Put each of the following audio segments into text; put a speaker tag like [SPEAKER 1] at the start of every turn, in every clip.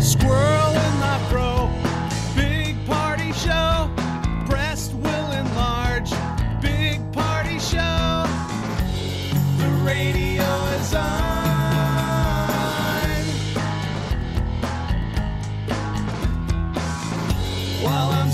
[SPEAKER 1] Squirrel in the fro, big party show. Breast will enlarge, big party show. The radio is on. While I'm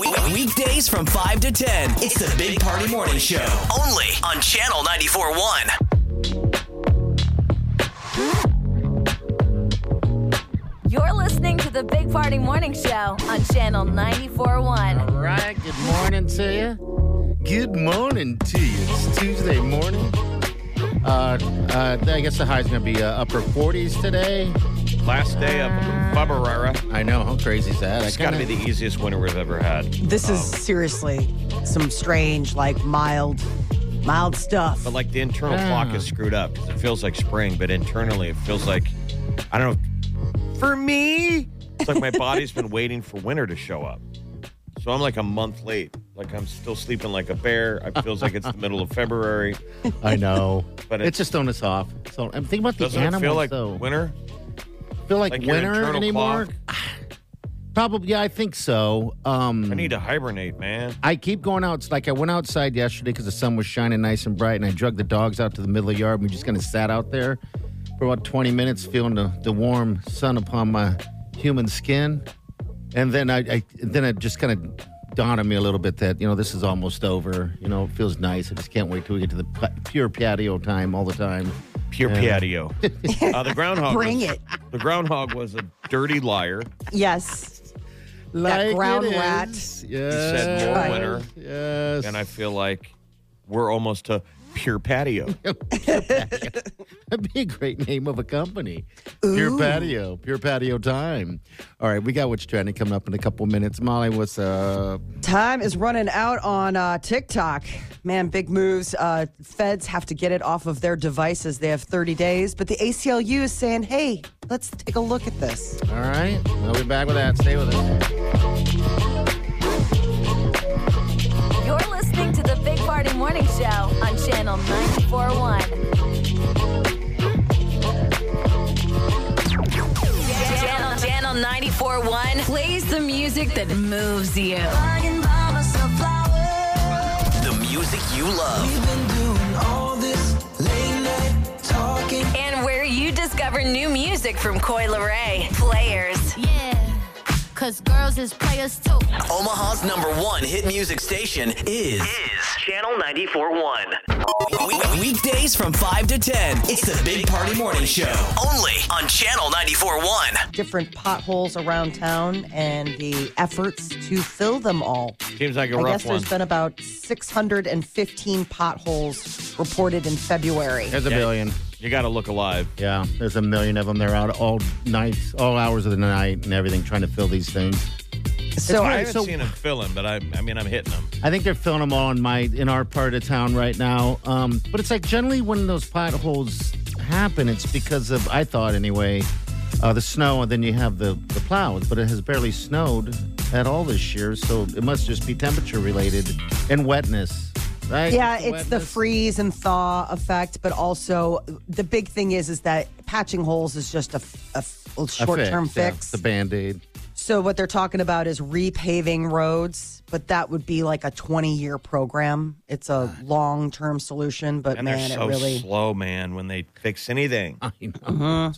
[SPEAKER 2] We- Weekdays from 5 to 10. It's the Big Party Morning Show. Only on Channel 94.1.
[SPEAKER 3] You're listening to the Big Party Morning Show on Channel 94.1.
[SPEAKER 4] All right, good morning to you. Good morning to you. It's Tuesday morning. Uh, uh, I guess the high's going to be uh, upper 40s today.
[SPEAKER 5] Last day of Fabarera.
[SPEAKER 4] I know, how crazy is that?
[SPEAKER 5] It's got to be the easiest winter we've ever had.
[SPEAKER 6] This is seriously some strange, like mild, mild stuff.
[SPEAKER 5] But like the internal
[SPEAKER 4] Ah.
[SPEAKER 5] clock is screwed up 'cause it feels like spring, but internally it feels like I don't know. For me, it's like my body's been waiting for winter to show up. So I'm like a month late. Like I'm still sleeping like a bear. It feels like it's the middle of February.
[SPEAKER 4] I know.
[SPEAKER 5] But
[SPEAKER 4] but
[SPEAKER 5] it-
[SPEAKER 4] it's just throwing us off. So I'm thinking about the
[SPEAKER 5] Doesn't it
[SPEAKER 4] animals,
[SPEAKER 5] feel like
[SPEAKER 4] though.
[SPEAKER 5] winter?
[SPEAKER 4] feel like,
[SPEAKER 5] like your
[SPEAKER 4] winter
[SPEAKER 5] internal
[SPEAKER 4] anymore? Probably, yeah, I think so. Um,
[SPEAKER 5] I need to hibernate, man.
[SPEAKER 4] I keep going out. Like I went outside yesterday because the sun was shining nice and bright, and I dragged the dogs out to the middle of the yard. And we just kind of sat out there for about 20 minutes, feeling the, the warm sun upon my human skin. And then I, I then it just kind of dawned on me a little bit that you know this is almost over. You know, it feels nice. I just can't wait till we get to the pu- pure patio time all the time.
[SPEAKER 5] Pure patio. Uh, the groundhog.
[SPEAKER 6] Bring
[SPEAKER 5] was-
[SPEAKER 6] it.
[SPEAKER 5] The groundhog was a dirty liar.
[SPEAKER 6] Yes.
[SPEAKER 4] Like it
[SPEAKER 6] ground
[SPEAKER 4] is.
[SPEAKER 6] rat.
[SPEAKER 4] Yes.
[SPEAKER 5] said more
[SPEAKER 4] Uh, Right.
[SPEAKER 5] winter.
[SPEAKER 4] Yes.
[SPEAKER 5] and I feel like we're almost to pure patio.
[SPEAKER 4] That'd be a great name of a company. Pure Patio. Pure Patio Time. All right, we got what's trending coming up in a couple minutes. Molly, what's up?
[SPEAKER 6] Time is running out on uh, TikTok. Man, big moves. Uh, feds have to get it off of their devices. They have 30 days, but the ACLU is saying, hey, let's take a look at this.
[SPEAKER 4] All right, we'll be back with that. Stay with us.
[SPEAKER 3] You're listening to the Big Party Morning Show on Channel 94.1. Channel, Channel 94.1 plays the music that moves you.
[SPEAKER 2] The music you love.
[SPEAKER 3] And where you discover new music from Coy Ray, Players.
[SPEAKER 7] Yeah, cause girls is players too.
[SPEAKER 2] Omaha's number one hit music station is,
[SPEAKER 1] Channel 94.1.
[SPEAKER 2] we- weekdays from 5 to 10. It's the Big Party Morning Show. Only on Channel 94.1.
[SPEAKER 6] Different potholes around town and the efforts to fill them all.
[SPEAKER 5] Seems like a
[SPEAKER 6] I
[SPEAKER 5] rough
[SPEAKER 6] guess
[SPEAKER 5] one.
[SPEAKER 6] there's been about 615 potholes reported in February.
[SPEAKER 4] There's a billion.
[SPEAKER 5] you got to look alive.
[SPEAKER 4] Yeah, there's a million of them. They're out all nights, all hours of the night, and everything trying to fill these things.
[SPEAKER 6] So
[SPEAKER 5] I
[SPEAKER 6] I,
[SPEAKER 5] haven't seen him filling, but I, I mean, I'm hitting him.
[SPEAKER 4] I think they're filling them all in my in our part of town right now. Um, but it's like generally when those potholes happen, it's because of I thought anyway, uh, the snow, and then you have the the plows. But it has barely snowed at all this year, so it must just be temperature related and wetness, right?
[SPEAKER 6] yeah, it's the
[SPEAKER 4] wetness.
[SPEAKER 6] freeze and thaw effect, but also the big thing is is that patching holes is just a,
[SPEAKER 4] A
[SPEAKER 6] short term
[SPEAKER 4] yeah,
[SPEAKER 6] fix.
[SPEAKER 4] the band aid.
[SPEAKER 6] So what they're talking about is repaving roads, but that would be like a 20 year program. It's a long term solution, but
[SPEAKER 5] And
[SPEAKER 6] man,
[SPEAKER 5] they're so
[SPEAKER 6] it really.
[SPEAKER 5] slow, man, when they fix anything. I know.
[SPEAKER 4] Uh-huh.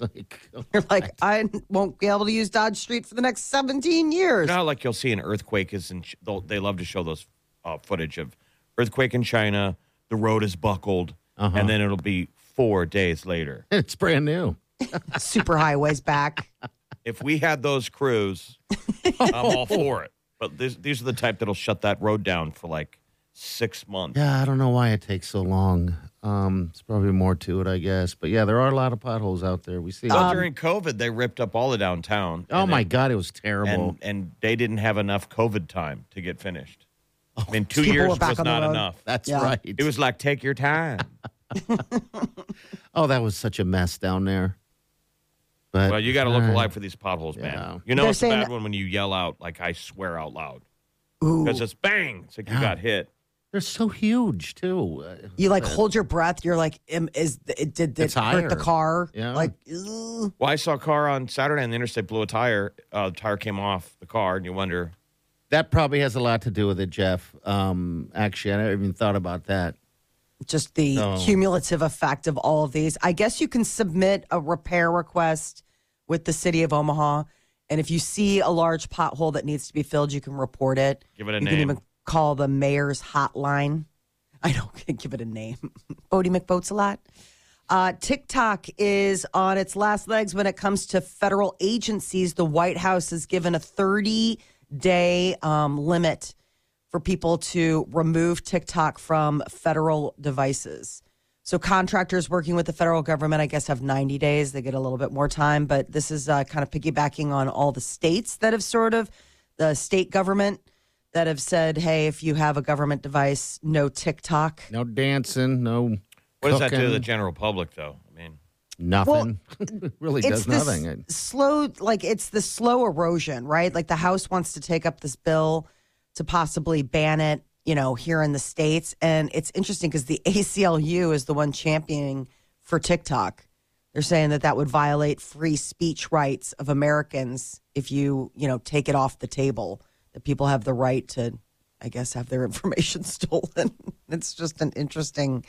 [SPEAKER 6] You're like, I won't be able to use Dodge Street for the next 17 years.
[SPEAKER 5] You know how, like you'll see an earthquake is in. Ch- they'll- They love to show those uh, footage of earthquake in China. The road is buckled, and then it'll be four days later.
[SPEAKER 4] It's brand new.
[SPEAKER 6] Super highways back.
[SPEAKER 5] If we had those crews, I'm all for it. But this, these are the type that'll shut that road down for like six months.
[SPEAKER 4] Yeah, I don't know why it takes so long. Um, it's probably more to it, I guess. But yeah, there are a lot of potholes out there. We see.
[SPEAKER 5] Well,
[SPEAKER 6] Um,
[SPEAKER 5] during COVID, they ripped up all the downtown.
[SPEAKER 4] oh
[SPEAKER 5] and
[SPEAKER 4] my
[SPEAKER 5] they-
[SPEAKER 4] God, it was terrible.
[SPEAKER 5] And, and they didn't have enough COVID time to get finished. I mean, two
[SPEAKER 6] Oh, people
[SPEAKER 5] years
[SPEAKER 6] were back
[SPEAKER 5] was
[SPEAKER 6] on the
[SPEAKER 5] not
[SPEAKER 6] road.
[SPEAKER 5] enough.
[SPEAKER 4] That's
[SPEAKER 6] Yeah.
[SPEAKER 4] right.
[SPEAKER 5] It was like take your time.
[SPEAKER 4] oh, that was such a mess down there. But
[SPEAKER 5] Well, you got to look
[SPEAKER 4] uh,
[SPEAKER 5] alive for these potholes,
[SPEAKER 4] Yeah.
[SPEAKER 5] man. You know
[SPEAKER 6] They're
[SPEAKER 5] it's a
[SPEAKER 6] saying
[SPEAKER 5] bad
[SPEAKER 6] that-
[SPEAKER 5] one when you yell out like I swear out loud
[SPEAKER 6] Ooh.
[SPEAKER 5] because it's bang. It's like you got hit.
[SPEAKER 4] They're so huge too. Uh,
[SPEAKER 6] You like hold your breath. You're like, "Am- is it did this
[SPEAKER 4] It's
[SPEAKER 6] hurt the
[SPEAKER 4] higher.
[SPEAKER 6] car?
[SPEAKER 4] Yeah.
[SPEAKER 6] Like, "Ugh."
[SPEAKER 5] Well, I saw a car on Saturday on the interstate blew a tire. Uh, the tire came off the car, and you wonder.
[SPEAKER 4] That probably has a lot to do with it, Jeff. Um, actually, I never even thought about that.
[SPEAKER 6] just the
[SPEAKER 4] No.
[SPEAKER 6] cumulative effect of all of these. I guess you can submit a repair request with the city of Omaha, and if you see a large pothole that needs to be filled, you can report it.
[SPEAKER 5] Give it a
[SPEAKER 6] you
[SPEAKER 5] name.
[SPEAKER 6] can even call the mayor's hotline. I don't give it a name. Bodie McBoats a lot. Uh, TikTok is on its last legs when it comes to federal agencies. The White House has given a 30 day um, limit for people to remove TikTok from federal devices. So contractors working with the federal government, I guess, have 90 days. They get a little bit more time, but this is uh, kind of piggybacking on all the states that have sort of the state government that have said, "Hey, if you have a government device, no TikTok."
[SPEAKER 4] No dancing, no.
[SPEAKER 5] What does that do to
[SPEAKER 4] cooking,
[SPEAKER 5] the general public, though? I mean,
[SPEAKER 4] Nothing. really does
[SPEAKER 6] this
[SPEAKER 4] nothing. It-
[SPEAKER 6] slow like it's the slow erosion right like the house wants to take up this bill to possibly ban it you know here in the states and it's interesting because the aclu is the one championing for tiktok they're saying that that would violate free speech rights of americans if you you know take it off the table that people have the right to i guess have their information stolen it's just an interesting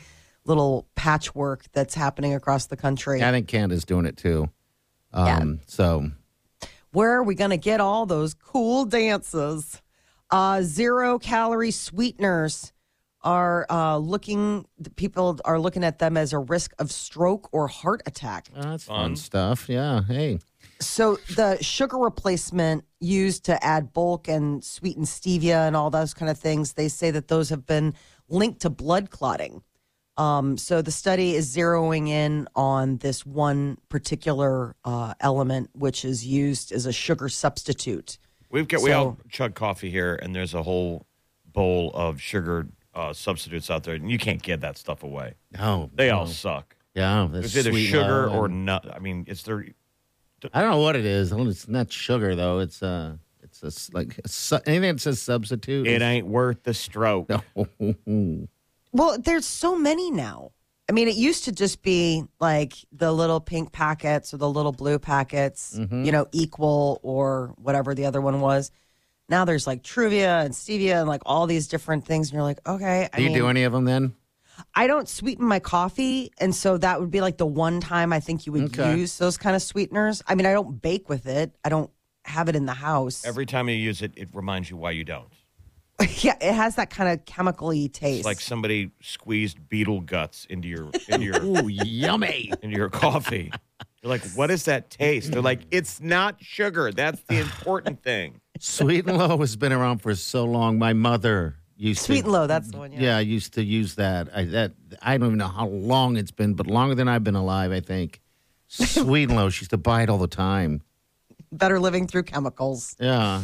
[SPEAKER 6] little patchwork that's happening across the country
[SPEAKER 4] I think Canada's doing it too.
[SPEAKER 3] Yeah.
[SPEAKER 4] Um, So
[SPEAKER 6] Where are we going to get all those cool dances? Uh, zero calorie sweeteners are uh, looking, the people are looking at them as a risk of stroke or heart attack.
[SPEAKER 4] uh, that's fun stuff. Yeah. Hey.
[SPEAKER 6] So the sugar replacement used to add bulk and sweeten stevia and all those kind of things, they say that those have been linked to blood clotting. Um, so the study is zeroing in on this one particular uh, element, which is used as a sugar substitute.
[SPEAKER 5] we've got we
[SPEAKER 6] So-
[SPEAKER 5] all chug coffee here, and there's a whole bowl of sugar uh, substitutes out there, and you can't give that stuff away.
[SPEAKER 4] No.
[SPEAKER 5] They
[SPEAKER 4] no.
[SPEAKER 5] all suck.
[SPEAKER 4] Oh, Yeah.
[SPEAKER 5] It's
[SPEAKER 4] that's
[SPEAKER 5] either
[SPEAKER 4] sweet
[SPEAKER 5] sugar
[SPEAKER 4] love
[SPEAKER 5] or
[SPEAKER 4] and-
[SPEAKER 5] nut. I mean, it's their
[SPEAKER 4] I don't know what it is. It's not sugar though. It's uh, it's a, s- like a su- anything that says substitute.
[SPEAKER 5] it ain't worth the stroke.
[SPEAKER 4] ain't.
[SPEAKER 6] Well, there's so many now. I mean, it used to just be like the little pink packets or the little blue packets, you know, equal or whatever the other one was. Now there's like Truvia and Stevia and like all these different things. And you're like, okay. I
[SPEAKER 4] Do you
[SPEAKER 6] mean,
[SPEAKER 4] do any of them then?
[SPEAKER 6] I don't sweeten my coffee. And so that would be like the one time I think you would
[SPEAKER 4] Okay.
[SPEAKER 6] use those kind of sweeteners. I mean, I don't bake with it, I don't have it in the house.
[SPEAKER 5] Every time you use it, it reminds you why you don't.
[SPEAKER 6] yeah, it has that kind of chemical y taste.
[SPEAKER 5] It's like somebody squeezed beetle guts into your into your
[SPEAKER 4] Ooh, yummy.
[SPEAKER 5] into your coffee. You're like, what is that taste? They're like, it's not sugar. That's the important thing.
[SPEAKER 4] Sweet and low has been around for so long. My mother used
[SPEAKER 6] Sweet
[SPEAKER 4] to,
[SPEAKER 6] and low, that's the one.
[SPEAKER 4] Yeah. I used to use that. I that I don't even know how long it's been, but longer than I've been alive, I think. Sweet and low, she used to buy it all the time.
[SPEAKER 6] Better living through chemicals.
[SPEAKER 4] Yeah.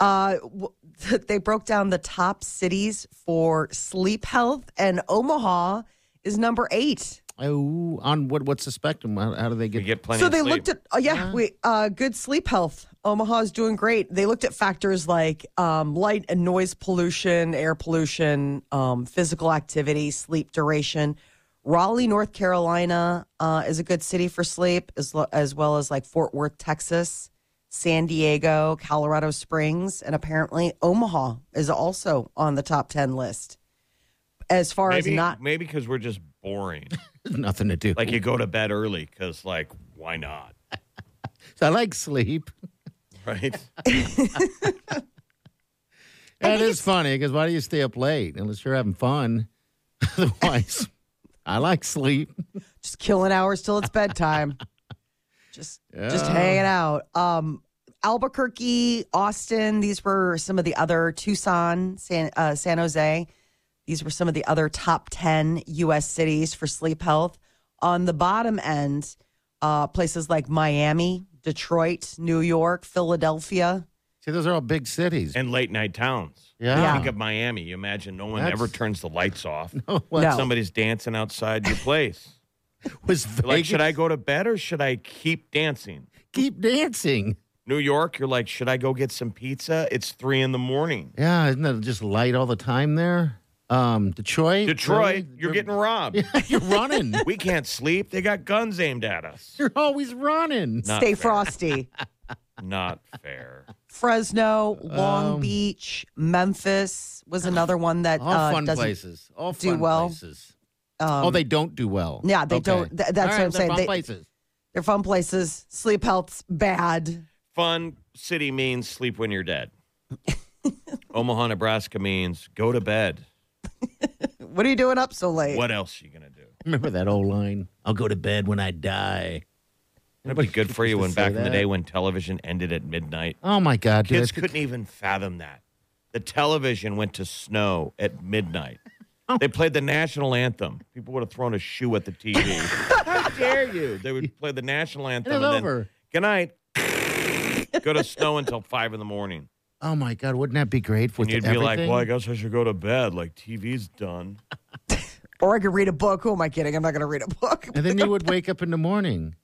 [SPEAKER 6] Uh, w- they broke down the top cities for sleep health, and Omaha is number eight.
[SPEAKER 4] Oh, on what? What's the spectrum? How, how do they
[SPEAKER 5] You
[SPEAKER 4] get?
[SPEAKER 5] get plenty.
[SPEAKER 6] so
[SPEAKER 5] of
[SPEAKER 6] they
[SPEAKER 5] sleep.
[SPEAKER 6] looked at oh yeah, we uh, good sleep health. Omaha's doing great. They looked at factors like um, light and noise pollution, air pollution, um, physical activity, sleep duration. Raleigh, North Carolina, uh, is a good city for sleep, as lo- as well as like Fort Worth, Texas. San Diego, Colorado Springs, and apparently Omaha is also on the top 10 list. As far
[SPEAKER 5] maybe,
[SPEAKER 6] as not,
[SPEAKER 5] maybe because we're just boring.
[SPEAKER 4] Nothing to do.
[SPEAKER 5] like you go to bed early because like why not?
[SPEAKER 4] I like sleep.
[SPEAKER 5] Right.
[SPEAKER 4] That is funny because why do you stay up late unless you're having fun? Otherwise, I like sleep.
[SPEAKER 6] just killing hours till it's bedtime. just just
[SPEAKER 4] Yeah.
[SPEAKER 6] hanging out. Um, Albuquerque, Austin. These were some of the other Tucson, San uh, San Jose. These were some of the other top ten U.S. cities for sleep health. On the bottom end, uh, places like Miami, Detroit, New York, Philadelphia.
[SPEAKER 4] See, those are all big cities.
[SPEAKER 5] and late night towns.
[SPEAKER 4] Yeah.
[SPEAKER 6] Yeah.
[SPEAKER 5] Think of Miami. You imagine no one
[SPEAKER 4] That's-
[SPEAKER 5] ever turns the lights off.
[SPEAKER 4] What
[SPEAKER 6] No.
[SPEAKER 5] Somebody's dancing outside your place.
[SPEAKER 4] was
[SPEAKER 5] You're like,
[SPEAKER 4] Vegas?
[SPEAKER 5] should I go to bed or should I keep dancing?
[SPEAKER 4] keep dancing?
[SPEAKER 5] New York, you're like, should I go get some pizza? It's three in the morning.
[SPEAKER 4] Yeah, isn't that just light all the time there? Um, Detroit.
[SPEAKER 5] Detroit,
[SPEAKER 4] really?
[SPEAKER 5] you're getting robbed.
[SPEAKER 4] you're running.
[SPEAKER 5] We can't sleep. They got guns aimed at us.
[SPEAKER 4] you're always running.
[SPEAKER 5] Not
[SPEAKER 6] Stay
[SPEAKER 5] fair.
[SPEAKER 6] frosty.
[SPEAKER 5] Not fair.
[SPEAKER 6] Fresno, Long
[SPEAKER 4] Um,
[SPEAKER 6] Beach, Memphis was another one that
[SPEAKER 4] all
[SPEAKER 6] uh,
[SPEAKER 4] fun
[SPEAKER 6] doesn't.
[SPEAKER 4] places. All
[SPEAKER 6] do
[SPEAKER 4] fun
[SPEAKER 6] well.
[SPEAKER 4] places.
[SPEAKER 6] um,
[SPEAKER 4] oh, they don't do well.
[SPEAKER 6] yeah, they
[SPEAKER 4] Okay.
[SPEAKER 6] don't- th- that's
[SPEAKER 4] All
[SPEAKER 6] what
[SPEAKER 4] right,
[SPEAKER 6] I'm
[SPEAKER 4] they're
[SPEAKER 6] saying.
[SPEAKER 4] Fun
[SPEAKER 6] They-
[SPEAKER 4] places.
[SPEAKER 6] They're fun places. Sleep health's bad.
[SPEAKER 5] Fun city means sleep when you're dead. Omaha, Nebraska means go to bed.
[SPEAKER 6] What are you doing up so late?
[SPEAKER 5] What else are you going to do?
[SPEAKER 4] Remember that old line? I'll go to bed when I die.
[SPEAKER 5] It'd be good for you when
[SPEAKER 4] used to
[SPEAKER 5] back
[SPEAKER 4] say
[SPEAKER 5] in the
[SPEAKER 4] that.
[SPEAKER 5] day when television ended at midnight.
[SPEAKER 4] Oh my God, dude,
[SPEAKER 5] Kids
[SPEAKER 4] I could-
[SPEAKER 5] couldn't even fathom that. The television went to snow at midnight. They played the national anthem. People would have thrown a shoe at the TV. How dare you? They would play the national anthem
[SPEAKER 4] it's
[SPEAKER 5] and then
[SPEAKER 4] over.
[SPEAKER 5] good night. go to snow until five in the morning.
[SPEAKER 4] Oh my God, wouldn't that be great for
[SPEAKER 5] And you'd be like, well, I guess I should go to bed. Like TV's done.
[SPEAKER 6] Or I could read a book. Who am I kidding? I'm not going to read a book.
[SPEAKER 4] and then you would wake up in the morning.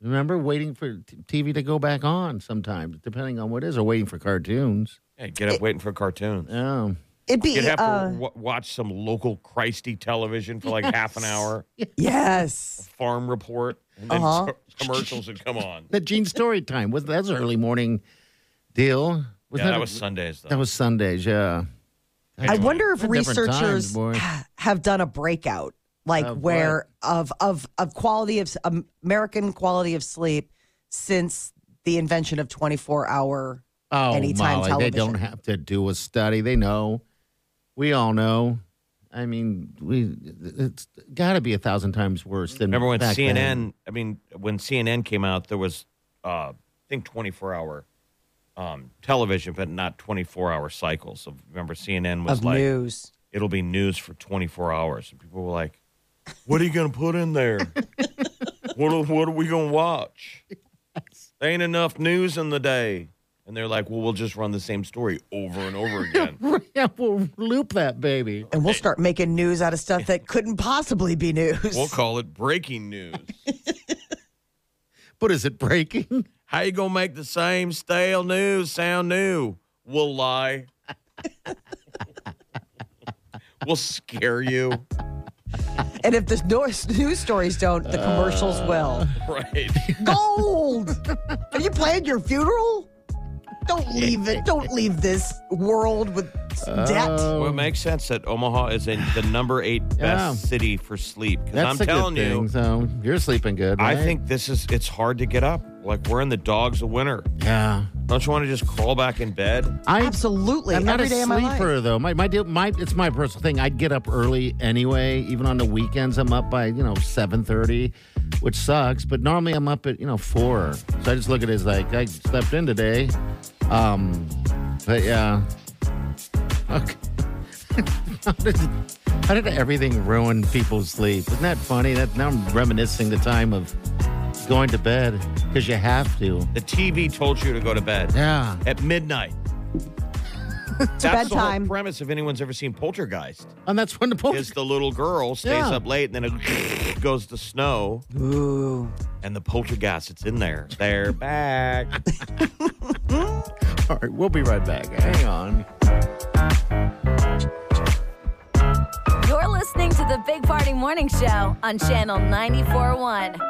[SPEAKER 4] Remember waiting for t- TV to go back on sometimes, depending on what it is, or waiting for cartoons.
[SPEAKER 5] Yeah, get up waiting for cartoons.
[SPEAKER 4] Oh,
[SPEAKER 6] It'd be
[SPEAKER 5] You'd have
[SPEAKER 6] uh,
[SPEAKER 5] to w- watch some local Christy television for like half an hour.
[SPEAKER 6] yes.
[SPEAKER 5] farm report, and then
[SPEAKER 6] Uh-huh.
[SPEAKER 5] co- commercials would come on.
[SPEAKER 4] that Gene Story time was that's an early morning deal.
[SPEAKER 5] yeah, that, was Sundays though.
[SPEAKER 4] that was Sundays. Yeah,
[SPEAKER 6] I wonder if
[SPEAKER 4] They're different
[SPEAKER 6] researchers
[SPEAKER 4] times, boy.
[SPEAKER 6] have done a breakout, like
[SPEAKER 4] Of
[SPEAKER 6] where of of of quality of s- um, American quality of sleep since the invention of 24 hour.
[SPEAKER 4] Oh,
[SPEAKER 6] Anytime
[SPEAKER 4] Molly, they
[SPEAKER 6] television.
[SPEAKER 4] don't have to do a study. They know. We all know. I mean, we it's got to be a thousand times worse than
[SPEAKER 5] Remember when
[SPEAKER 4] back
[SPEAKER 5] CNN?
[SPEAKER 4] then.
[SPEAKER 5] I mean, when CNN came out, there was uh, I think twenty four hour um, television, but not twenty four hour cycles. So remember, CNN was
[SPEAKER 6] Of
[SPEAKER 5] like,
[SPEAKER 6] news.
[SPEAKER 5] "It'll be news for twenty four hours," and people were like, "What are you going to put in there? what are, what are we going to watch? There ain't enough news in the day." And they're like, "Well, we'll just run the same story over and over again."
[SPEAKER 4] yeah, we'll loop that baby.
[SPEAKER 6] And we'll start making news out of stuff that couldn't possibly be news.
[SPEAKER 5] We'll call it breaking news.
[SPEAKER 4] But is it breaking?
[SPEAKER 5] How you gonna make the same stale news sound new? We'll lie. we'll scare you.
[SPEAKER 6] and if the noise- news stories don't, the commercials
[SPEAKER 4] Uh.
[SPEAKER 6] will.
[SPEAKER 5] Right.
[SPEAKER 6] gold. Are you playing your funeral? Don't leave it. Don't leave this world with debt.
[SPEAKER 4] Oh.
[SPEAKER 5] Well, it makes sense that Omaha is in the number eight best
[SPEAKER 4] Yeah.
[SPEAKER 5] city for sleep. Because
[SPEAKER 4] That's
[SPEAKER 5] I'm
[SPEAKER 4] a
[SPEAKER 5] telling
[SPEAKER 4] good thing.
[SPEAKER 5] you,
[SPEAKER 4] So you're sleeping good.
[SPEAKER 5] I
[SPEAKER 4] right?
[SPEAKER 5] think this is it's hard to get up. Like we're in the dogs of winter.
[SPEAKER 4] Yeah.
[SPEAKER 5] Don't you want to just crawl back in bed?
[SPEAKER 4] I,
[SPEAKER 6] Absolutely.
[SPEAKER 4] I'm not
[SPEAKER 6] Every
[SPEAKER 4] a
[SPEAKER 6] day of
[SPEAKER 4] sleeper
[SPEAKER 6] my life.
[SPEAKER 4] though. My my, deal, my it's my personal thing. I get up early anyway. Even on the weekends, I'm up by you know seven thirty, which sucks. But normally I'm up at you know four. So I just look at it as like I slept in today. Um, but yeah. Okay. how, did, how did everything ruin people's sleep? Isn't that funny? That now I'm reminiscing the time of going to bed because you have to.
[SPEAKER 5] The TV told you to go to bed.
[SPEAKER 4] Yeah.
[SPEAKER 5] at midnight. That's the
[SPEAKER 6] bedtime.
[SPEAKER 5] whole premise. If anyone's ever seen Poltergeist,
[SPEAKER 4] And that's when the post.
[SPEAKER 5] is the little girl stays
[SPEAKER 4] Yeah.
[SPEAKER 5] up late and then it goes to snow,
[SPEAKER 6] Ooh.
[SPEAKER 5] and the poltergeist it's in there. They're back.
[SPEAKER 4] All right, we'll be right back. eh? Hang on.
[SPEAKER 3] You're listening to the Big Party Morning Show on Channel 94.1.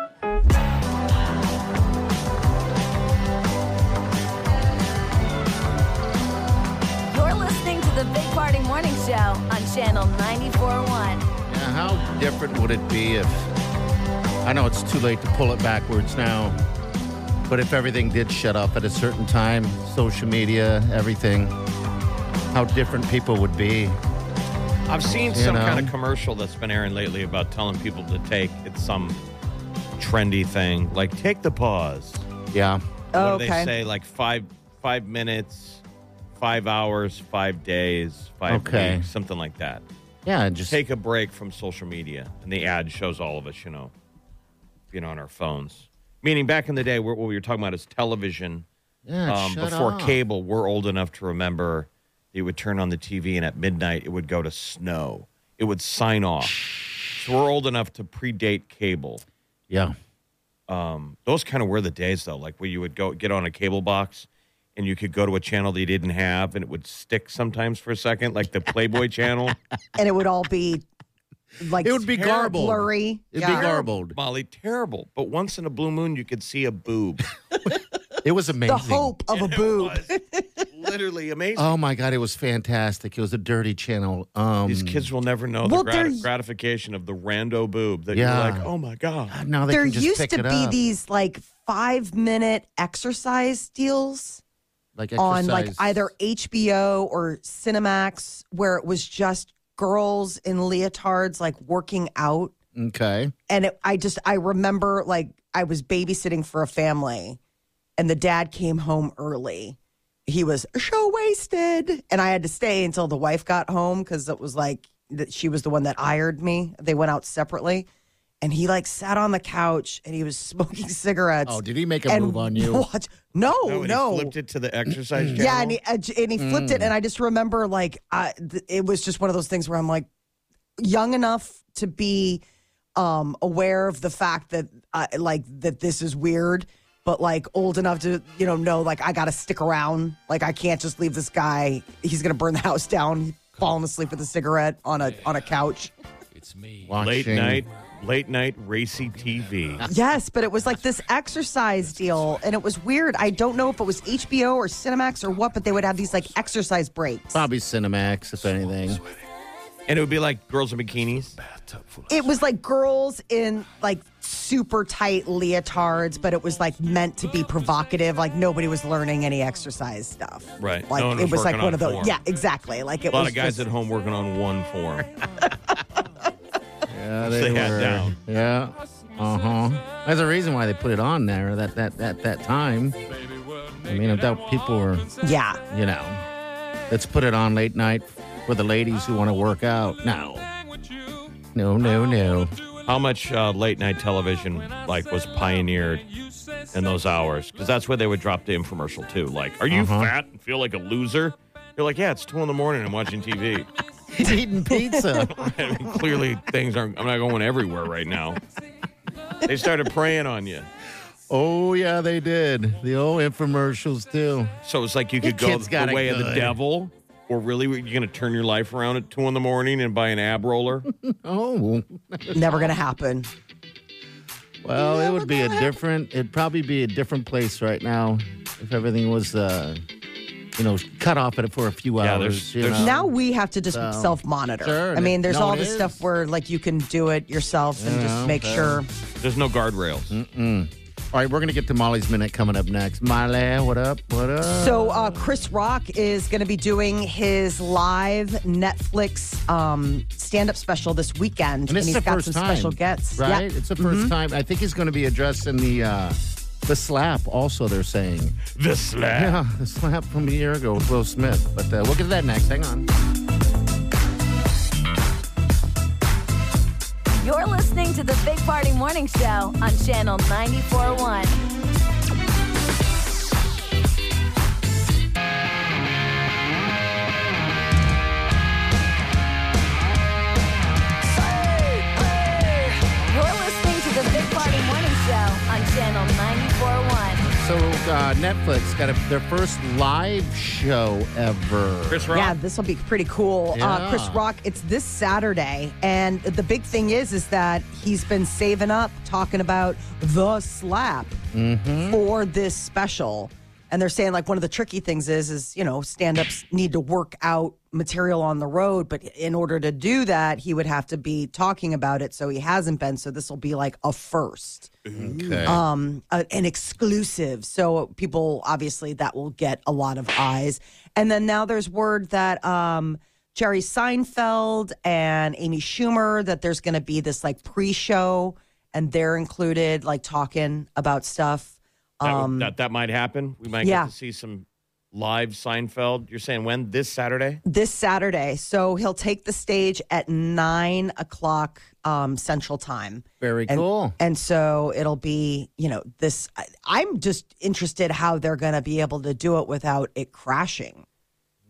[SPEAKER 3] Party Morning Show on Channel 94.1.
[SPEAKER 4] Now, how different would it be if I know it's too late to pull it backwards now, but if everything did shut off at a certain time, social media, everything, how different people would be.
[SPEAKER 5] I've seen
[SPEAKER 4] You
[SPEAKER 5] some
[SPEAKER 4] know?
[SPEAKER 5] kind of commercial that's been airing lately about telling people to take it's some trendy thing like take the pause.
[SPEAKER 4] Yeah.
[SPEAKER 5] what
[SPEAKER 6] Oh,
[SPEAKER 5] do
[SPEAKER 6] okay.
[SPEAKER 5] they say? Like five five minutes, five hours, five days, five
[SPEAKER 4] Okay.
[SPEAKER 5] weeks, something like that.
[SPEAKER 4] Yeah, and just
[SPEAKER 5] Take a break from social media, and the ad shows all of us, you know, being on our phones. Meaning, back in the day, what what we were talking about is television.
[SPEAKER 4] yeah, shut
[SPEAKER 5] um, before
[SPEAKER 4] off.
[SPEAKER 5] cable, we're old enough to remember you would turn on the TV and at midnight it would go to snow. It would sign off. So we're old enough to predate cable.
[SPEAKER 4] Yeah.
[SPEAKER 5] Um, those kind of were the days though, like where you would go get on a cable box and you could go to a channel that you didn't have and it would stick sometimes for a second, like the Playboy channel.
[SPEAKER 6] and it would all be like
[SPEAKER 4] It would be
[SPEAKER 6] terrible,
[SPEAKER 4] garbled.
[SPEAKER 6] blurry.
[SPEAKER 4] It'd
[SPEAKER 6] Yeah.
[SPEAKER 4] be garbled.
[SPEAKER 5] Molly, terrible. But once in a blue moon you could see a boob.
[SPEAKER 4] It was amazing.
[SPEAKER 6] The hope of a boob.
[SPEAKER 5] Literally amazing.
[SPEAKER 4] Oh my god, it was fantastic. It was a dirty channel. Um
[SPEAKER 5] These kids will never know
[SPEAKER 6] Well,
[SPEAKER 5] the
[SPEAKER 6] there-
[SPEAKER 5] grati- gratification of the rando boob that
[SPEAKER 4] Yeah.
[SPEAKER 5] you're like, oh my God.
[SPEAKER 4] now they
[SPEAKER 6] there
[SPEAKER 4] can just
[SPEAKER 6] used
[SPEAKER 4] pick
[SPEAKER 6] to
[SPEAKER 4] it
[SPEAKER 6] be
[SPEAKER 4] up.
[SPEAKER 6] these like five minute exercise deals
[SPEAKER 4] like
[SPEAKER 6] on like
[SPEAKER 4] exercise.
[SPEAKER 6] either HBO or Cinemax where it was just girls in leotards like working out.
[SPEAKER 4] Okay.
[SPEAKER 6] And it, I just, I remember like I was babysitting for a family and the dad came home early. He was so wasted. And I had to stay until the wife got home because it was like that she was the one that hired me. They went out separately. And he like sat on the couch and he was smoking cigarettes.
[SPEAKER 4] Oh, did he make a
[SPEAKER 6] and
[SPEAKER 4] move on you?
[SPEAKER 6] watch- No, Oh, no.
[SPEAKER 5] Oh, and He flipped it to the exercise channel.
[SPEAKER 6] Yeah, and he, and j- and he flipped it, and I just remember like I, th- it was just one of those things where I'm like, young enough to be um, aware of the fact that uh, like that this is weird, but like old enough to you know know like I got to stick around. Like I can't just leave this guy. He's gonna burn the house down. Falling asleep with a cigarette on a on a couch.
[SPEAKER 5] late
[SPEAKER 4] Watching-
[SPEAKER 5] night, late night racy TV.
[SPEAKER 6] Yes, but it was like this exercise deal, and it was weird. I don't know if it was HBO or Cinemax or what, but they would have these like exercise breaks.
[SPEAKER 4] Probably Cinemax, if anything.
[SPEAKER 5] and it would be like girls in bikinis.
[SPEAKER 6] it was like girls in like super tight leotards, but it was like meant to be provocative. Like nobody was learning any exercise stuff.
[SPEAKER 5] Right.
[SPEAKER 6] Like
[SPEAKER 5] No one
[SPEAKER 6] it
[SPEAKER 5] was
[SPEAKER 6] was like
[SPEAKER 5] working on
[SPEAKER 6] one of those.
[SPEAKER 5] form.
[SPEAKER 6] Yeah, exactly. Like it
[SPEAKER 5] A lot
[SPEAKER 6] was
[SPEAKER 5] of guys
[SPEAKER 6] just-
[SPEAKER 5] at home working on one form.
[SPEAKER 4] Yeah,
[SPEAKER 5] they had down.
[SPEAKER 4] Yeah. Uh huh. There's a reason why they put it on there that that that that time. I mean, I doubt people were,
[SPEAKER 6] Yeah.
[SPEAKER 4] you know, let's put it on late night for the ladies who want to work out. No. No, no, no.
[SPEAKER 5] How much uh, late night television like was pioneered in those hours? Because that's where they would drop the infomercial too. Like, are you
[SPEAKER 4] Uh-huh.
[SPEAKER 5] fat and feel like a loser? You're like, yeah, it's two in the morning. I'm watching TV.
[SPEAKER 4] Eating pizza.
[SPEAKER 5] I mean, clearly, things aren't. I'm not going everywhere right now. They started preying on you.
[SPEAKER 4] Oh yeah, they did. The old infomercials too.
[SPEAKER 5] So it's like you
[SPEAKER 4] Your
[SPEAKER 5] could go
[SPEAKER 4] kid's
[SPEAKER 5] the
[SPEAKER 4] got it
[SPEAKER 5] way of the
[SPEAKER 4] good.
[SPEAKER 5] devil, or really you're going to turn your life around at two in the morning and buy an ab roller.
[SPEAKER 4] Oh,
[SPEAKER 6] Never gonna happen.
[SPEAKER 4] well, it would be a different. It'd probably be a different place right now if everything was, uh, you know, cut off at for a few
[SPEAKER 5] Yeah,
[SPEAKER 4] hours.
[SPEAKER 5] there's-
[SPEAKER 4] you
[SPEAKER 5] there's-
[SPEAKER 4] know.
[SPEAKER 6] now we have to just self monitor.
[SPEAKER 4] Sure,
[SPEAKER 6] I mean, there's
[SPEAKER 4] no,
[SPEAKER 6] all
[SPEAKER 4] it
[SPEAKER 6] this
[SPEAKER 4] is.
[SPEAKER 6] stuff where like you can do it yourself and just
[SPEAKER 4] Yeah,
[SPEAKER 6] make
[SPEAKER 4] okay.
[SPEAKER 6] sure.
[SPEAKER 5] There's no guardrails.
[SPEAKER 4] All right, we're going to get to Molly's Minute coming up next. Molly, what up? What up?
[SPEAKER 6] So uh, Chris Rock is going to be doing his live Netflix um, stand-up special this weekend,
[SPEAKER 4] and it's
[SPEAKER 6] he's
[SPEAKER 4] the
[SPEAKER 6] got
[SPEAKER 4] first
[SPEAKER 6] some
[SPEAKER 4] time,
[SPEAKER 6] special guests. Yeah. Mm-hmm.
[SPEAKER 4] right? It's the 1st time. I think he's going to be addressing the uh, the slap. Also, they're saying
[SPEAKER 5] The slap.
[SPEAKER 4] yeah, the slap from a year ago with Will Smith. But uh, we'll get to that next. Hang on.
[SPEAKER 3] You're listening to the Big Party Morning Show on Channel 94.1. You're listening to the Big Party Morning Show on Channel 94.1.
[SPEAKER 4] So uh, Netflix got a, their first live show ever.
[SPEAKER 5] Chris Rock.
[SPEAKER 6] Yeah, this will be pretty cool. Uh,
[SPEAKER 4] Yeah.
[SPEAKER 6] Chris Rock, it's this Saturday, and the big thing is, is that he's been
[SPEAKER 5] Mm-hmm.
[SPEAKER 6] saving up, talking about the slap for this special. And they're saying like one of the tricky things is is you know stand ups need to work out material on the road, but in order to do that, he would have to be talking about it. So he hasn't been. So this will be like a first
[SPEAKER 4] Okay.
[SPEAKER 6] um, a, an exclusive. So people obviously that will get a lot of eyes. And then now there's word that um, Jerry Seinfeld and Amy Schumer that there's going to be this like pre-show, and they're included like talking about stuff.
[SPEAKER 5] That, would- that that might happen. We might
[SPEAKER 6] yeah.
[SPEAKER 5] get to see some live Seinfeld. You're saying when this Saturday?
[SPEAKER 6] this Saturday. So he'll take the stage at nine o'clock um, Central Time.
[SPEAKER 4] Very
[SPEAKER 6] And-
[SPEAKER 4] cool.
[SPEAKER 6] And so it'll be, you know, this. I, I'm just interested how they're going to be able to do it without it crashing.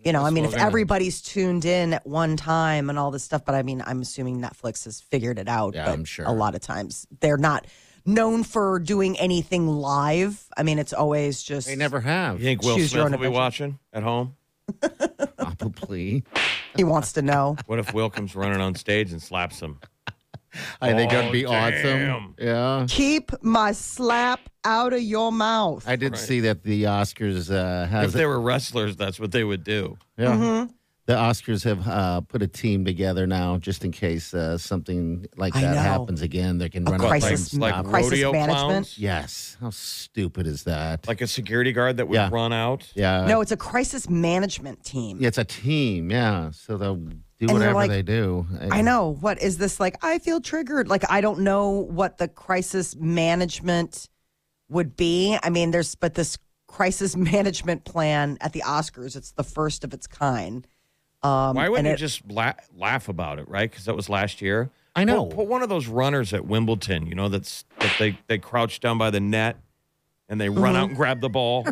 [SPEAKER 6] You know, I mean, if everybody's tuned in at one time and all this stuff, but I mean, I'm assuming Netflix has figured it out.
[SPEAKER 4] Yeah,
[SPEAKER 6] but
[SPEAKER 4] I'm sure.
[SPEAKER 6] A lot of times they're not known for doing anything live. I mean, it's always just
[SPEAKER 4] They never have.
[SPEAKER 5] You think Will
[SPEAKER 6] Choose your
[SPEAKER 5] Smith
[SPEAKER 6] own
[SPEAKER 5] will be
[SPEAKER 6] adventure.
[SPEAKER 5] watching at home?
[SPEAKER 4] Probably.
[SPEAKER 6] he wants to know.
[SPEAKER 5] What if Will comes running on stage and slaps him?
[SPEAKER 4] I think that'd
[SPEAKER 5] Oh,
[SPEAKER 4] be awesome.
[SPEAKER 5] damn.
[SPEAKER 4] Yeah.
[SPEAKER 6] Keep my slap out of your mouth.
[SPEAKER 4] I did see that the Oscars uh,
[SPEAKER 5] If
[SPEAKER 4] has
[SPEAKER 5] they were wrestlers, that's what they would do.
[SPEAKER 4] yeah.
[SPEAKER 6] Mm-hmm.
[SPEAKER 4] The Oscars have uh, put a team together now, just in case uh, something like
[SPEAKER 6] I
[SPEAKER 4] that
[SPEAKER 6] know.
[SPEAKER 4] happens again. They can run out there and
[SPEAKER 6] crisis-
[SPEAKER 4] stop
[SPEAKER 5] Like
[SPEAKER 4] it.
[SPEAKER 6] crisis
[SPEAKER 5] rodeo
[SPEAKER 6] management?
[SPEAKER 5] clowns?
[SPEAKER 4] Yes. How stupid is that?
[SPEAKER 5] Like a security guard that would
[SPEAKER 4] Yeah.
[SPEAKER 5] run out?
[SPEAKER 4] yeah.
[SPEAKER 6] no, it's a crisis management team.
[SPEAKER 4] Yeah, It's a team. Yeah. So they'll do
[SPEAKER 6] they're
[SPEAKER 4] whatever
[SPEAKER 6] like-
[SPEAKER 4] they do.
[SPEAKER 6] I know. What is this like? I feel triggered. Like I don't know what the crisis management would be. I mean, there's but this crisis management plan at the Oscars. It's the first of its kind. Um,
[SPEAKER 5] Why wouldn't
[SPEAKER 6] and
[SPEAKER 5] you
[SPEAKER 6] it-
[SPEAKER 5] just la- laugh about it, right? Because that was last year.
[SPEAKER 4] I know.
[SPEAKER 5] Put, put one of those runners at Wimbledon, you know, that's that they they crouch down by the net and they run
[SPEAKER 6] Mm-hmm.
[SPEAKER 5] out and grab the ball,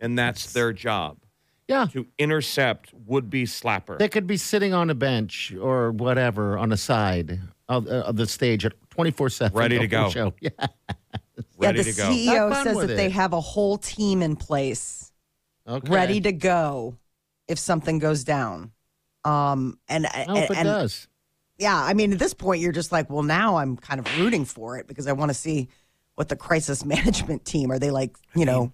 [SPEAKER 5] and that's their job
[SPEAKER 4] Yeah.
[SPEAKER 5] to intercept would-be slapper.
[SPEAKER 4] They could be sitting on a bench or whatever on a side of, uh, of the stage at 24 7.
[SPEAKER 5] Ready to go.
[SPEAKER 4] Show. Yeah.
[SPEAKER 6] yeah,
[SPEAKER 5] ready
[SPEAKER 6] the
[SPEAKER 5] to go.
[SPEAKER 4] Have
[SPEAKER 6] CEO
[SPEAKER 4] fun
[SPEAKER 6] says
[SPEAKER 4] with
[SPEAKER 6] that they
[SPEAKER 4] it.
[SPEAKER 6] have a whole team in place.
[SPEAKER 4] Okay.
[SPEAKER 6] ready to go if something goes down. Um, and
[SPEAKER 4] I hope it
[SPEAKER 6] and,
[SPEAKER 4] does.
[SPEAKER 6] yeah, I mean, at this point, you're just like, well, now I'm kind of rooting for it because I want to see what the crisis management team are they like, you know,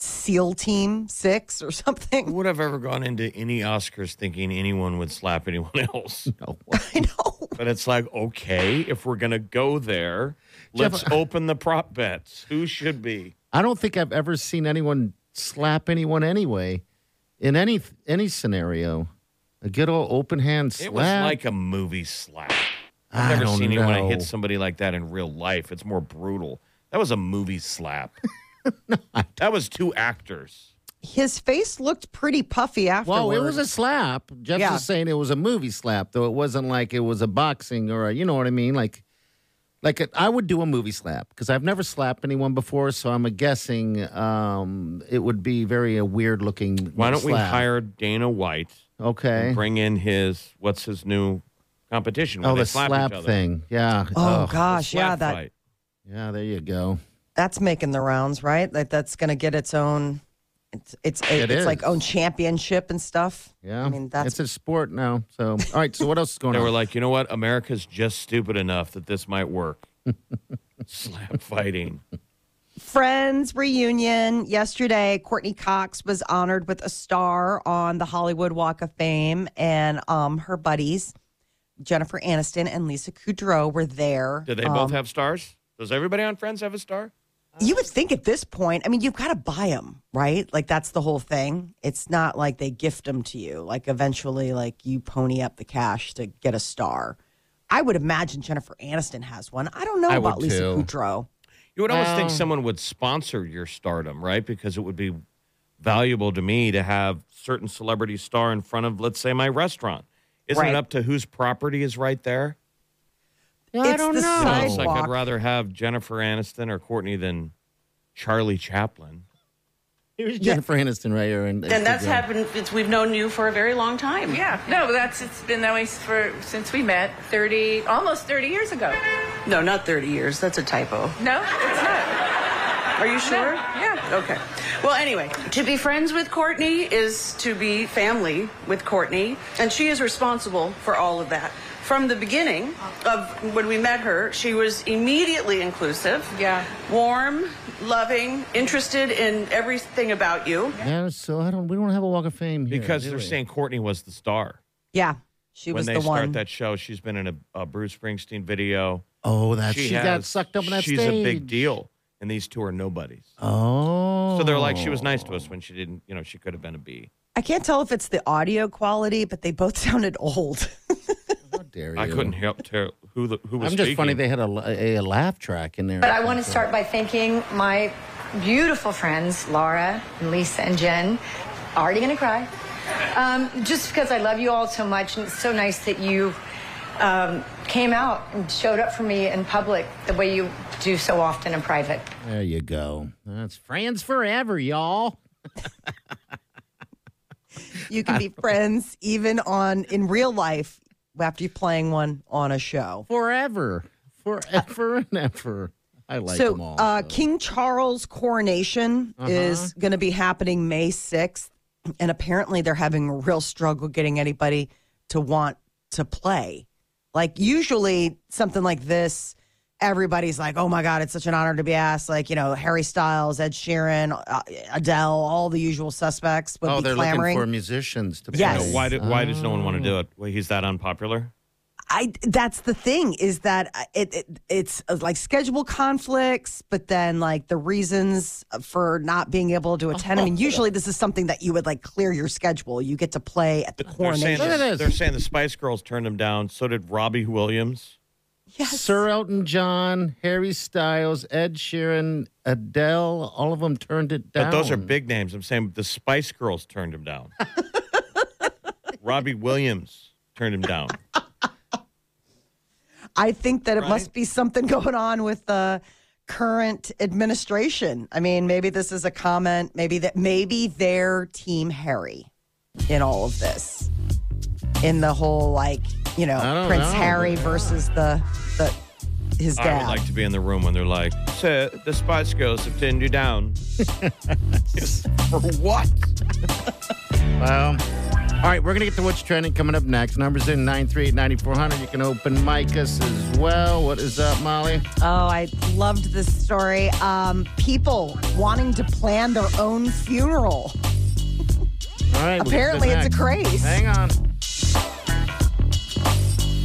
[SPEAKER 6] SEAL Team Six or
[SPEAKER 5] Who
[SPEAKER 6] something?
[SPEAKER 5] would have ever gone into any Oscars thinking anyone would slap anyone else?
[SPEAKER 4] Oh,
[SPEAKER 6] I know.
[SPEAKER 5] But it's like, okay, if we're gonna go there, let's open the prop bets. Who should be?
[SPEAKER 4] I don't think I've ever seen anyone slap anyone anyway in any any scenario. A good old open hand slap.
[SPEAKER 5] It was like a movie slap. I've
[SPEAKER 4] I
[SPEAKER 5] never
[SPEAKER 4] don't
[SPEAKER 5] seen anyone
[SPEAKER 4] know.
[SPEAKER 5] hit somebody like that in real life. It's more brutal. That was a movie slap. that was two actors.
[SPEAKER 6] His face looked pretty puffy afterwards.
[SPEAKER 4] Well, it was a slap. Jeff's
[SPEAKER 6] Yeah.
[SPEAKER 4] just saying it was a movie slap, though it wasn't like it was a boxing or a, you know what I mean? Like, like a, I would do a movie slap because I've never slapped anyone before, so I'm guessing um, it would be very a weird looking.
[SPEAKER 5] Why don't we
[SPEAKER 4] slap.
[SPEAKER 5] hire Dana White
[SPEAKER 4] Okay.
[SPEAKER 5] and bring in his what's his new competition? where
[SPEAKER 4] Oh,
[SPEAKER 5] they
[SPEAKER 4] the
[SPEAKER 5] slap each
[SPEAKER 4] slap
[SPEAKER 5] other?
[SPEAKER 4] thing. Yeah.
[SPEAKER 6] Oh,
[SPEAKER 4] Ugh.
[SPEAKER 5] The
[SPEAKER 6] gosh, yeah,
[SPEAKER 5] slap
[SPEAKER 6] that
[SPEAKER 5] fight.
[SPEAKER 4] Yeah. There you go.
[SPEAKER 6] that's making the rounds, right? Like that's going to get its own. It's it's
[SPEAKER 4] It
[SPEAKER 6] it's like
[SPEAKER 4] is.
[SPEAKER 6] own championship and stuff.
[SPEAKER 4] Yeah.
[SPEAKER 6] I mean that's
[SPEAKER 4] it's a sport now. So, all right. So, what else is going
[SPEAKER 5] They
[SPEAKER 4] on?
[SPEAKER 5] were like, you know what? America's just stupid enough that this might work. slap fighting.
[SPEAKER 6] Friends reunion yesterday. Courtney Cox was honored with a star on the Hollywood Walk of Fame, and um, her buddies Jennifer Aniston and Lisa Kudrow were there.
[SPEAKER 5] Do they both have stars? Does everybody on Friends have a star?
[SPEAKER 6] You would think at this point, I mean, you've got to buy them, right? Like that's the whole thing. It's not like they gift them to you. Like eventually, like you pony up the cash to get a star. I would imagine Jennifer Aniston has one. I don't know
[SPEAKER 4] I would
[SPEAKER 6] about Lisa
[SPEAKER 4] too.
[SPEAKER 6] Kudrow.
[SPEAKER 5] You would almost
[SPEAKER 4] Well-
[SPEAKER 5] think someone would sponsor your stardom, right? Because it would be valuable to me to have certain celebrity star in front of, let's say, my restaurant. Isn't
[SPEAKER 6] Right.
[SPEAKER 5] it up to whose property is right there?
[SPEAKER 4] I
[SPEAKER 6] It's
[SPEAKER 4] don't
[SPEAKER 6] the
[SPEAKER 4] know.
[SPEAKER 5] You know, it's like
[SPEAKER 6] Sidewalk.
[SPEAKER 5] I'd rather have Jennifer Aniston or Courtney than Charlie Chaplin.
[SPEAKER 4] Here's Jennifer Aniston right here. And,
[SPEAKER 8] And that's happened since we've known you for a very long time.
[SPEAKER 9] Yeah, no, that's it's been that way for since we met thirty, almost thirty years ago.
[SPEAKER 8] No, not 30 years. That's a typo.
[SPEAKER 9] No, it's not.
[SPEAKER 8] Are you sure? Yeah. Okay. Well, anyway, to be friends with Courtney is to be family with Courtney, and she is responsible for all of that. From the beginning of when we met her, she was immediately inclusive. Yeah. Warm, loving, interested in everything about you.
[SPEAKER 4] Yeah, so I don't. We don't have a Walk of Fame here,
[SPEAKER 5] because
[SPEAKER 4] do
[SPEAKER 5] they're
[SPEAKER 4] we?
[SPEAKER 5] saying Courtney was the star.
[SPEAKER 6] Yeah, she
[SPEAKER 5] when
[SPEAKER 6] was
[SPEAKER 5] they
[SPEAKER 6] the
[SPEAKER 5] start
[SPEAKER 6] one.
[SPEAKER 5] that show, she's been in a, a Bruce Springsteen video.
[SPEAKER 4] Oh, that's- She got sucked up on that
[SPEAKER 5] She's a
[SPEAKER 4] stage.
[SPEAKER 5] big deal, and these two are nobodies.
[SPEAKER 4] Oh,
[SPEAKER 5] So they're like, she was nice to us when she didn't. You know, she could have been a B.
[SPEAKER 6] I can't tell if it's the audio quality, but they both sounded old.
[SPEAKER 5] I couldn't help tell who the, who was.
[SPEAKER 4] I'm just
[SPEAKER 5] speaking.
[SPEAKER 4] funny they had a, la- a, a laugh track in there.
[SPEAKER 10] But I want to start by thanking my beautiful friends, Laura and Lisa and Jen. Already going to cry. Um, just because I love you all so much, and it's so nice that you um, came out and showed up for me in public the way you do so often in private.
[SPEAKER 4] There you go. That's friends forever, y'all.
[SPEAKER 6] you can be friends even on in real life after you're playing one on a show.
[SPEAKER 4] Forever. Forever and ever. I like
[SPEAKER 6] so,
[SPEAKER 4] them all.
[SPEAKER 6] Uh, King Charles coronation
[SPEAKER 4] Uh-huh.
[SPEAKER 6] is going to be happening May 6th. And apparently, they're having a real struggle getting anybody to want to play. Like, usually, something like this, everybody's like, oh my God, it's such an honor to be asked. Like, you know, Harry Styles, Ed Sheeran, uh, Adele, all the usual suspects would
[SPEAKER 4] oh,
[SPEAKER 6] be
[SPEAKER 4] they're
[SPEAKER 6] clamoring.
[SPEAKER 4] looking for musicians to play.
[SPEAKER 6] Yes.
[SPEAKER 5] You know, why do, why does no one want to do it? Well, he's that unpopular.
[SPEAKER 6] I that's the thing is that uh, it, it it's uh, like schedule conflicts, but then like the reasons for not being able
[SPEAKER 5] Oh,
[SPEAKER 6] to attend. I mean, usually this is something that you would like clear your schedule. You get to play at the
[SPEAKER 5] They're saying,
[SPEAKER 6] coronation.
[SPEAKER 5] the, they're saying the Spice Girls turned him down. So did Robbie Williams.
[SPEAKER 4] Sir Elton John, Harry Styles, Ed Sheeran, Adele, all of them turned it down.
[SPEAKER 5] But those are big names. I'm saying the Spice Girls turned him down. Robbie Williams turned him down.
[SPEAKER 6] I think that it must be something going on with the current administration. I mean, maybe this is a comment. Maybe that maybe their team Harry in all of this, in the whole like you know
[SPEAKER 5] I don't
[SPEAKER 6] Prince
[SPEAKER 5] know.
[SPEAKER 6] Harry versus the the his
[SPEAKER 5] I
[SPEAKER 6] dad.
[SPEAKER 5] would like to be in the room when they're like, "Sir, the Spice Girls have turned you down." For what?
[SPEAKER 4] Well, all right, we're going to get to what's trending coming up next. Numbers in 938 9400. You can open mic us as well. What is up, Molly?
[SPEAKER 6] Oh, I loved this story. Um, people wanting to plan their own funeral.
[SPEAKER 4] All right. we'll get to
[SPEAKER 6] Apparently,
[SPEAKER 4] that
[SPEAKER 6] it's a
[SPEAKER 4] next.
[SPEAKER 6] craze.
[SPEAKER 4] Hang on.